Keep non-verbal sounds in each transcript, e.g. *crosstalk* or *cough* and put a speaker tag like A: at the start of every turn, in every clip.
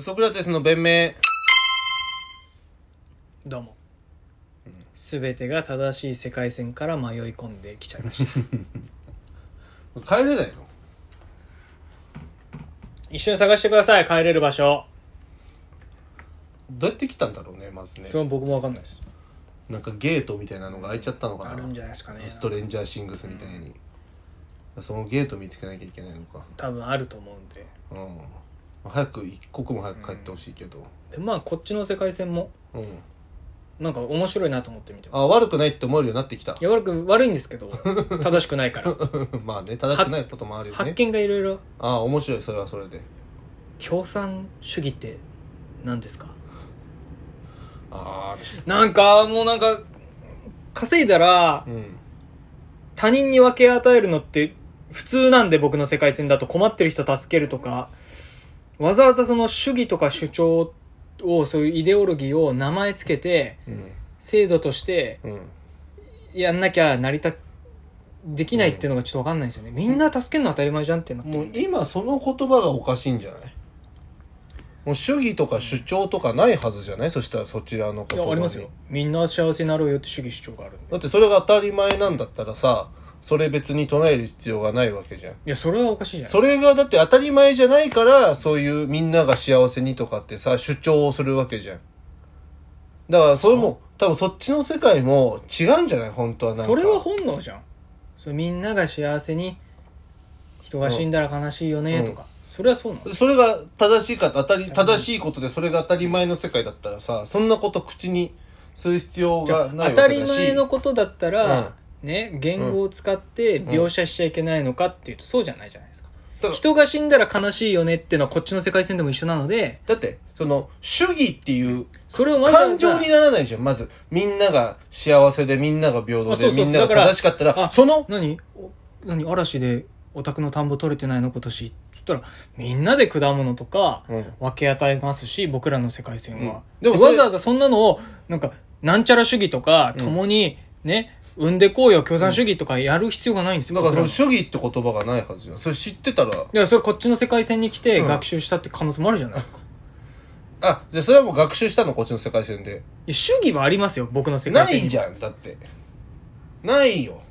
A: ソクラテスの弁明
B: どうも全てが正しい世界線から迷い込んできちゃいまし
A: *laughs*
B: た
A: 帰れないの
B: 一緒に探してください帰れる場所
A: どうやって来たんだろうねまずね
B: それは僕も分かんないです
A: なんかゲートみたいなのが開いちゃったのか
B: あ
A: な
B: るんじゃないですかね
A: ストレンジャーシングスみたいに、そのゲート見つけなきゃいけないのか
B: 多分あると思うんで
A: うん早く一刻も早く帰ってほしいけど
B: でまあこっちの世界線も
A: うん、
B: なんか面白いなと思って見てます
A: あ悪くないって思えるようになってきた *laughs*
B: いや悪く悪いんですけど正しくないから
A: まあね正しくないこともあるよ
B: 発
A: ね
B: 見がいろいろ
A: ああ面白いそれはそれで
B: 共産主義って何ですか
A: あ
B: なんかもうなんか稼いだら
A: あうん
B: 他人に分け与えるのって普通なんで僕の世界線だと困ってる人助けるとかわざわざその主義とか主張をそういうイデオロギーを名前つけて
A: うん
B: 制度として
A: うん
B: やんなきゃ成り立できないっていうのがちょっと分かんないんですよねみんな助けるの当たり前じゃんってなって
A: もう今その言葉がおかしいんじゃないもう主義とか主張とかないはずじゃないそしたらそちらの
B: い
A: 言葉
B: や
A: に
B: ありますよみんな幸せになろうよって主義主張があるんで
A: だってそれが当たり前なんだったらさそれ別に唱える必要がないわけじゃん
B: いやそれはおかしいじゃないです
A: そ
B: か
A: れがだって当たり前じゃないからそういうみんなが幸せにとかってさ主張をするわけじゃんだからそれも多分そっちの世界も違うんじゃない本当はなんか
B: それは本能じゃんそれみんなが幸せに人が死んだら悲しいよねとか、それはそうなの
A: それが正しいか当たり正しいことでそれが当たり前の世界だったらさそんなこと口にする必要
B: じゃ
A: が
B: あ
A: ないわ
B: 当
A: けだし
B: たり前のことだったら、ね言語を使って
A: ん
B: 描写しちゃいけないのかっていうとそうじゃないじゃないですか、
A: だから
B: 人が死んだら悲しいよねっていうのはこっちの世界線でも一緒なので
A: だってその主義っていう
B: それをわざわ
A: 感
B: ざ
A: 情にならないじゃんまずみんなが幸せでみんなが平等
B: あそう
A: で
B: そうそう
A: みんなが
B: だから
A: 正しかったら
B: あ
A: その
B: 何お何嵐でお宅の田んぼ取れてないの今年って言ったらみんなで果物とか
A: うん
B: 分け与えますし、僕らの世界線は、
A: うんでもそ
B: わ
A: れ
B: ざわざそんなのをなんかなんちゃら主義とか共にね、産んでこうよ共産主義とかやる必要がないんですよ、
A: だから
B: 僕
A: そ
B: ら
A: の
B: の
A: 主義って言葉がないはずじゃんそれ知ってたら
B: いやそれこっちの世界線に来て
A: うん
B: 学習したって可能性もあるじゃないですか、い
A: あじゃあそれはもう学習したのこっちの世界線で
B: や主義はありますよ僕の世界
A: な
B: 線に
A: いじゃんだってないよ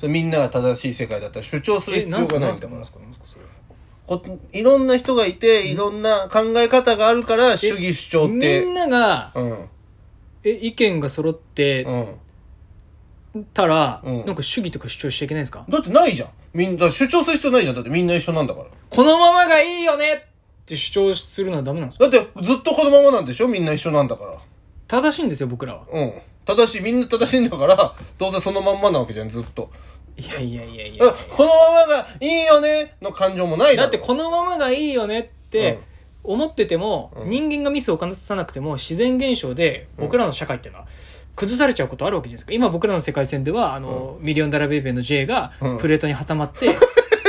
A: それみんなが正しい世界だったら主張する
B: え
A: 必
B: なん
A: 要
B: す
A: が
B: か
A: ない
B: なんんす
A: だ
B: か
A: か
B: なん
A: ら
B: すかなんすかそれ
A: こいろんな人がいていろんな考え方があるから主義主張っ
B: みん
A: て
B: なが
A: うん
B: え意見が揃って
A: うん
B: たら、
A: うん
B: なんか主義とか主張しちゃいけないんですか
A: だってないじゃんみんな主張する必要ないじゃんだってみんな一緒なんだから
B: このままがいいよねって主張するのはダメなんですか
A: だってずっとこのままなんでしょみんな一緒なんだから
B: 正しいんですよ、僕らは。
A: うん正しいみんな正しいんだからどうせそのまんまなわけじゃんずっと
B: いやいやいやい
A: だ
B: や
A: から。このままがいいよねの感情もない
B: だ
A: だ
B: ってこのままがいいよねって思ってても、
A: うん
B: 人間がミスを犯さなくても自然現象で僕らの社会っていうのは崩されちゃうことあるわけじゃないですか。今僕らの世界線では、あの、ミリオンダラーベイベーの J が
A: うん
B: プレートに挟ま
A: *laughs*
B: って、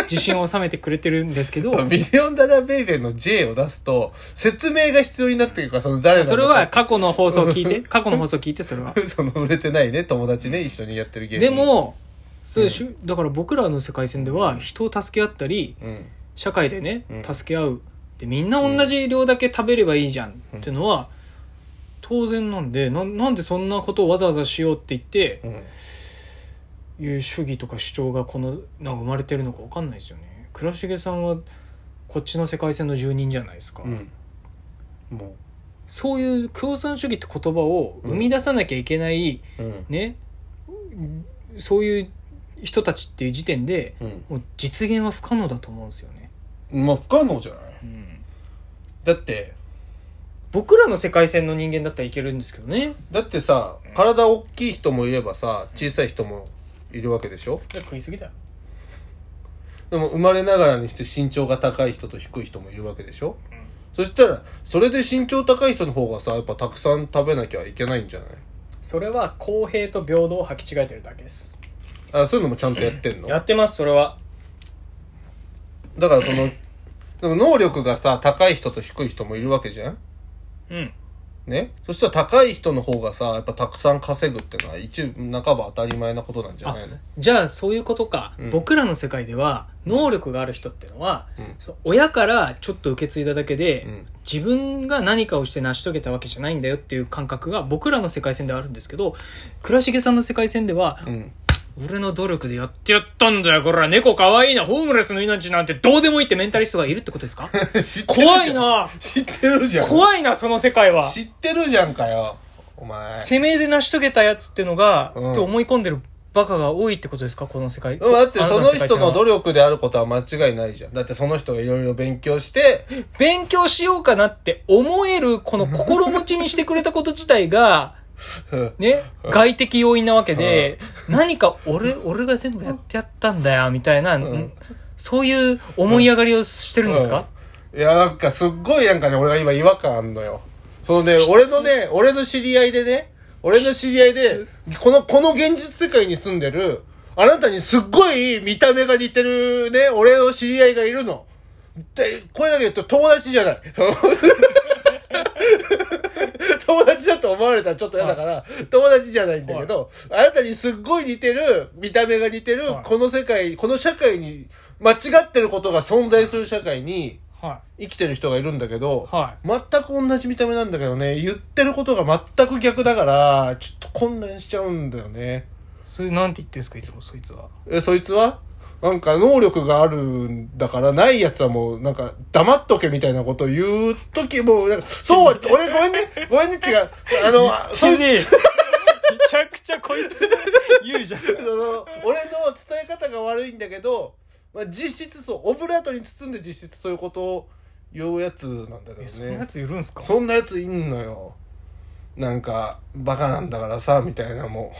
B: 地震を収めてくれてるんですけど、
A: ミリオンダラーベイベーの J を出すと説明が必要になってくるからその誰なのか
B: それは過去の放送を聞
A: *laughs*
B: いて、過去の放送を聞いて、それは。
A: その売れてないね友達ね一緒にやってるゲーム
B: でも、そういうしゅだから僕らの世界線では人を助け合ったり、
A: うん
B: 社会でね、
A: うん
B: 助け合うでみんな同じ量だけ食べればいいじゃんっていうのは当然なんでななんでそんなことをわざわざしようって言って
A: うん
B: いう主義とか主張がこのなんか生まれてるのか分かんないですよね倉重さんはこっちの世界線の住人じゃないですか、
A: うんも
B: そういう共産主義って言葉を生み出さなきゃいけない、
A: ううん
B: ねそういう人たちっていう時点で
A: うん
B: もう実現は不可能だと思うんですよね、
A: まあ不可能じゃない
B: うん、
A: だって
B: 僕らの世界線の人間だったらいけるんですけどね
A: だってさ体大きい人もいればさ小さい人もいるわけでしょ
B: いや食いすぎだよ
A: でも生まれながらにして身長が高い人と低い人もいるわけでしょ、そしたらそれで身長高い人の方がさやっぱたくさん食べなきゃいけないんじゃない
B: それは公平と平等を履き違えてるだけです
A: あそういうのもちゃんとやってんの
B: やってますそれは
A: だからそのでも能力がさ高い人と低い人もいるわけじゃん
B: うん
A: ね、そしたら高い人の方がさやっぱたくさん稼ぐってのは一部半ば当たり前なことなんじゃないの
B: じゃあそういうことか、
A: うん
B: 僕らの世界では能力がある人ってのは、
A: うん
B: そう親からちょっと受け継いだだけで、
A: うん
B: 自分が何かをして成し遂げたわけじゃないんだよっていう感覚が僕らの世界線ではあるんですけど倉重さんの世界線では、
A: うん
B: 俺の努力でやってやったんだよこら猫かわいいなホームレスの命なんてどうでもいいってメンタリストがいるってことですか
A: 知ってるじゃん
B: 怖いな
A: 知ってるじゃん
B: 怖いなその世界は
A: 知ってるじゃんかよお前
B: てめえで成し遂げたやつってのが、
A: うん
B: って思い込んでるバカが多いってことですかこの世界
A: うんだって
B: あなた
A: その
B: 世界
A: 人
B: 線は
A: の努力であることは間違いないじゃんだってその人がいろいろ勉強
B: *laughs*
A: して
B: 勉強しようかなって思えるこの心持ちにしてくれたこと自体
A: *laughs*
B: が、ね、外的要因なわけで、何か俺、俺が全部やってやったんだよ、みたいな、
A: ん
B: そういう思い上がりをしてるんですか、
A: うんいやなんかすっごいなんかね俺が今違和感あんのよそのね俺のね俺の知り合いでね俺の知り合いでこのこの現実世界に住んでるあなたにすっごい見た目が似てるね俺の知り合いがいるのでこれだけ言うと友達じゃない *laughs* 友達だと思われたらちょっと嫌だから、友達じゃないんだけど、あなたにすっごい似てる、見た目が似てる、
B: はい
A: この世界、この社会に、間違ってることが存在する社会に
B: は
A: 生きてる人がいるんだけど、
B: は
A: 全く同じ見た目なんだけどね、言ってることが全く逆だから、ちょっと混乱しちゃうんだよね。
B: い。それなんて言ってるんですかいつもそいつは。
A: え、そいつはなんか能力があるんだからないやつはもうなんか黙っとけみたいなことを言うときもうなんかそうは俺ごめんねごめんね違うあ
B: *laughs*
A: のそ
B: そう
A: う
B: ねめちゃくちゃこいつ言うじゃん。
A: その俺の伝え方が悪いんだけど、まあ、実質そうオブラートに包んで実質そういうことを言うやつなんだけどね
B: えそんなやついるんですか
A: そんなやついんのよなんかバカなんだからさみたいなも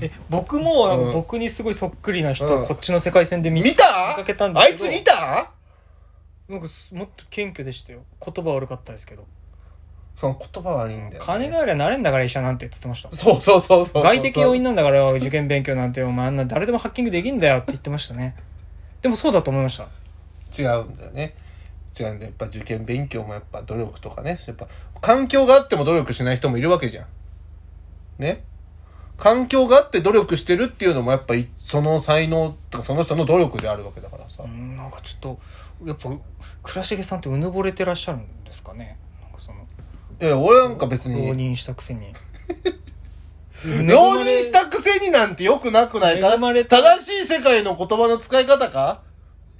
B: え僕も、あの
A: うん
B: 僕にすごいそっくりな人、
A: うん
B: こっちの世界線で
A: う
B: 見
A: 見
B: つ
A: た
B: 見かけたんで
A: あ
B: すけ
A: いつ
B: ど
A: 見た
B: なんかすもっと謙虚でしたよ言葉悪かったですけど
A: その言葉悪いんだよ、ね、
B: 金がありゃなれんだから医者なんてっつってました
A: そうそうそうそう
B: 外的要因
A: な
B: なんだから *laughs* 受験勉強なんてお前あんな誰でもハッキングできんだよって言ってましたねでもそうだと思いました
A: 違うんだよね違うんだよやっぱ受験勉強もやっぱ努力とかねやっぱ環境があっても努力しない人もいるわけじゃんね環境があって努力してるっていうのもやっぱいその才能とかその人の努力であるわけだからさ、
B: うんなんかちょっとやっぱ倉重さんってうぬぼれてらっしゃるんですかねなんかその
A: いや俺なんか別に
B: 浪人したく
A: *laughs*
B: せに
A: 浪人したくせになんて良くなくないか
B: 恵まれた
A: 正しい世界の言葉の使い方か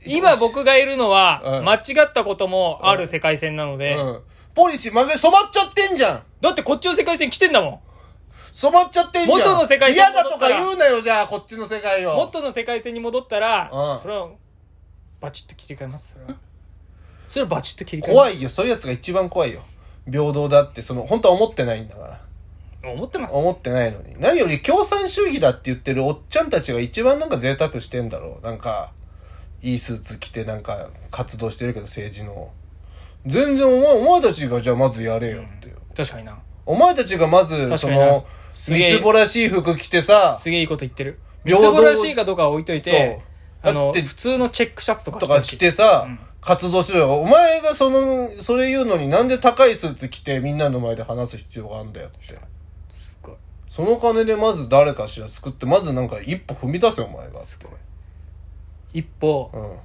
B: 今僕がいるのは
A: うん
B: 間違ったこともある世界線なので、
A: うん。ポリシー曲げ、染まっちゃってんじゃん
B: だってこっちの世界線来てんだもん
A: 染まっちゃってんじゃん
B: 元の世界線
A: 嫌だとか言うなよ、じゃあ、こっちの世界を。
B: 元の世界線に戻ったら、
A: うん
B: それはバチッと切り替えますそれはそれはバチッと切り替えます
A: 怖いよ、そういうやつが一番怖いよ。平等だって、その、本当は思ってないんだから。
B: 思ってます
A: 思ってないのに。何より共産主義だって言ってるおっちゃんたちが一番なんか贅沢してんだろう。なんか、いいスーツ着てなんか活動してるけど、政治の。全然お前、お前たちがじゃあまずやれよっていう。
B: 確かにな
A: お前たちがまず、
B: 確
A: そ
B: かにな
A: の、
B: す
A: み
B: げえ
A: すぼらしい服着てさ、
B: すげえいいこと言ってるみ
A: 平
B: す
A: 等
B: ぼらしいかどうかは置いといて
A: そう
B: あの
A: だって
B: 普通のチェックシャツとか
A: とか着てさ、
B: うん
A: 活動してるよ。お前がその、それ言うのになんで高いスーツ着てみんなの前で話す必要があるんだよって。
B: すごい
A: その金でまず誰かしら救って、まずなんか一歩踏み出せお前がっ
B: す
A: て。
B: 一歩
A: うん。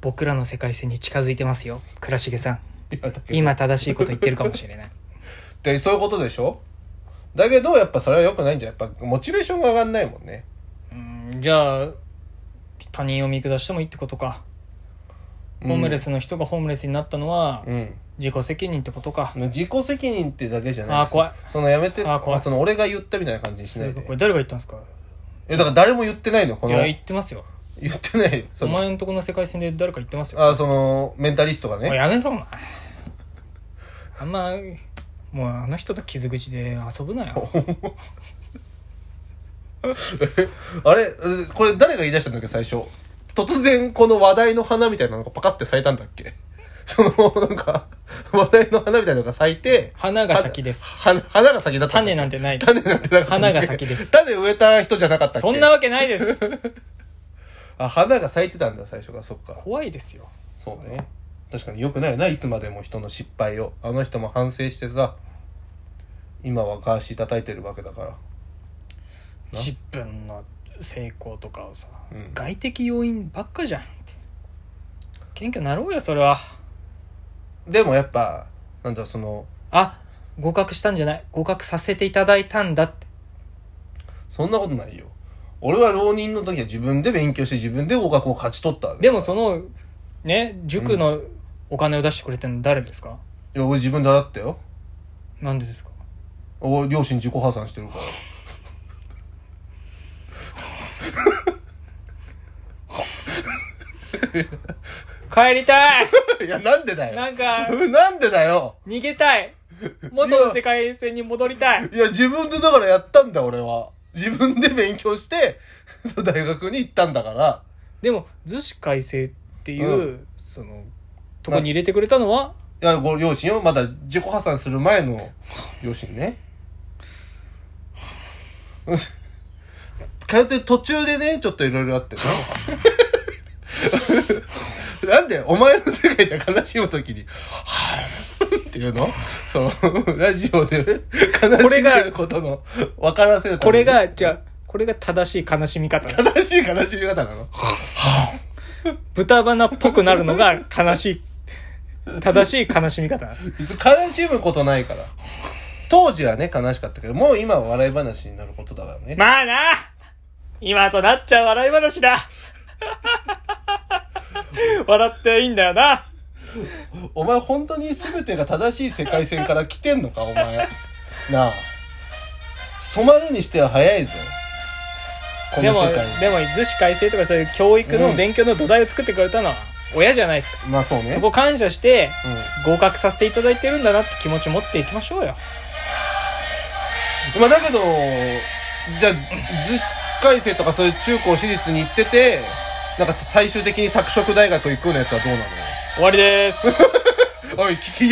B: 僕らの世界線に近づいてますよ倉重さん
A: いやだけど
B: 今正しいこと言ってるかもしれない
A: でそういうことでしょだけどやっぱそれは良くないんじゃんやっぱモチベーションが上がんないもんね
B: うんじゃあ他人を見下してもいいってことかホームレ
A: ス
B: スの人がホームレスになったのは
A: うん、
B: 自己責任ってことか、
A: 自己責任ってだけじゃない
B: あー怖い
A: そのやめて
B: あー怖い
A: その俺が言ったみたいな感じにしない
B: す
A: で
B: ごいこれ誰が言ったんですか
A: えだから誰も言ってないのこ
B: い
A: の
B: や言
A: 言
B: ってますよ
A: ってないよそ
B: お
A: の
B: 前んとこの世界線で誰か言ってますよ
A: あーそのメンタリストが
B: もう
A: ね
B: やめろお前あんまもうあの人と傷口で遊ぶなよ
A: *laughs* あれうこれ誰が言い出したんだっけ最初突然この話題の花みたいなのがパカって咲いたんだっけそのなんか *laughs* 話題の花みたいなのが咲いて
B: 花が先です
A: 花花が先だったんだっけ
B: 種なんてないです
A: 種なんてなかったんだっけ
B: 花が先です
A: 種植えた人じゃなかったっけ
B: そんなわけないです
A: あ花が咲いてたんだ最初がそっか
B: 怖いですよ
A: そうね確かに良くないよないつまでも人の失敗をあの人も反省してさ今はガーシー叩いてるわけだからな
B: 自分の成功とかをさ、
A: うん
B: 外的要因ばっかじゃんって謙虚なろうよそれは
A: でもやっぱなんだその
B: あ合格したんじゃない合格させていただいたんだって
A: そんなことないよ俺は浪人の時は自分で勉強して自分で合格を勝ち取った
B: でもそのね塾のお金を出してくれてるの誰ですか、
A: いや俺自分でだったよ
B: なんでですか
A: 俺両親自己破産してるから
B: 帰り *laughs* たい
A: *laughs* いや、なんでだよ。
B: なんか
A: うん *laughs* なんでだよ。
B: 逃げたい元の世界線に戻りたい
A: いや、自分でだからやったんだ、俺は。自分で勉強して、 *laughs* そう大学に行ったんだから。
B: でも図紙改正っていう、
A: う
B: そのとこに入れてくれたのはい
A: や、ご両親をまだ自己破産する前の両親ね。うん通ってる途中でね、ちょっといろいろあってな。なんで、お前の世界で悲しむときに、はい、っていうのその、ラジオで悲し
B: こ
A: ん
B: れ
A: で
B: が
A: ることの分からせるた
B: こ
A: め
B: れ
A: に
B: がじゃあこれが正しい悲しみ方だ
A: 悲しい悲しみ方なの
B: 豚鼻っぽくなるのが悲しい正しい悲しみ方だ
A: 別に悲しむことないから当時はね悲しかったけどもう今は笑い話になることだからね、
B: まあな今となっちゃ笑い話だ *laughs* 笑っていいんだよな
A: お前本当に全てが正しい世界線から来てんのかお前なあ染まるにしては早いぞこの
B: でも
A: 世界に
B: でも図紙改正とかそういう教育
A: う
B: の
A: ん
B: 勉強の土台を作ってくれたのは親じゃないですか、
A: まあそうね
B: そこ感謝して
A: うん、
B: 合格させていただいてるんだなって気持ち持っていきましょうよ
A: まあだけどじゃあ図紙改正とかそういう中高私立に行っててなんか最終的に拓殖大学行くようなやつはどうなのよ
B: 終わりです
A: おい聞き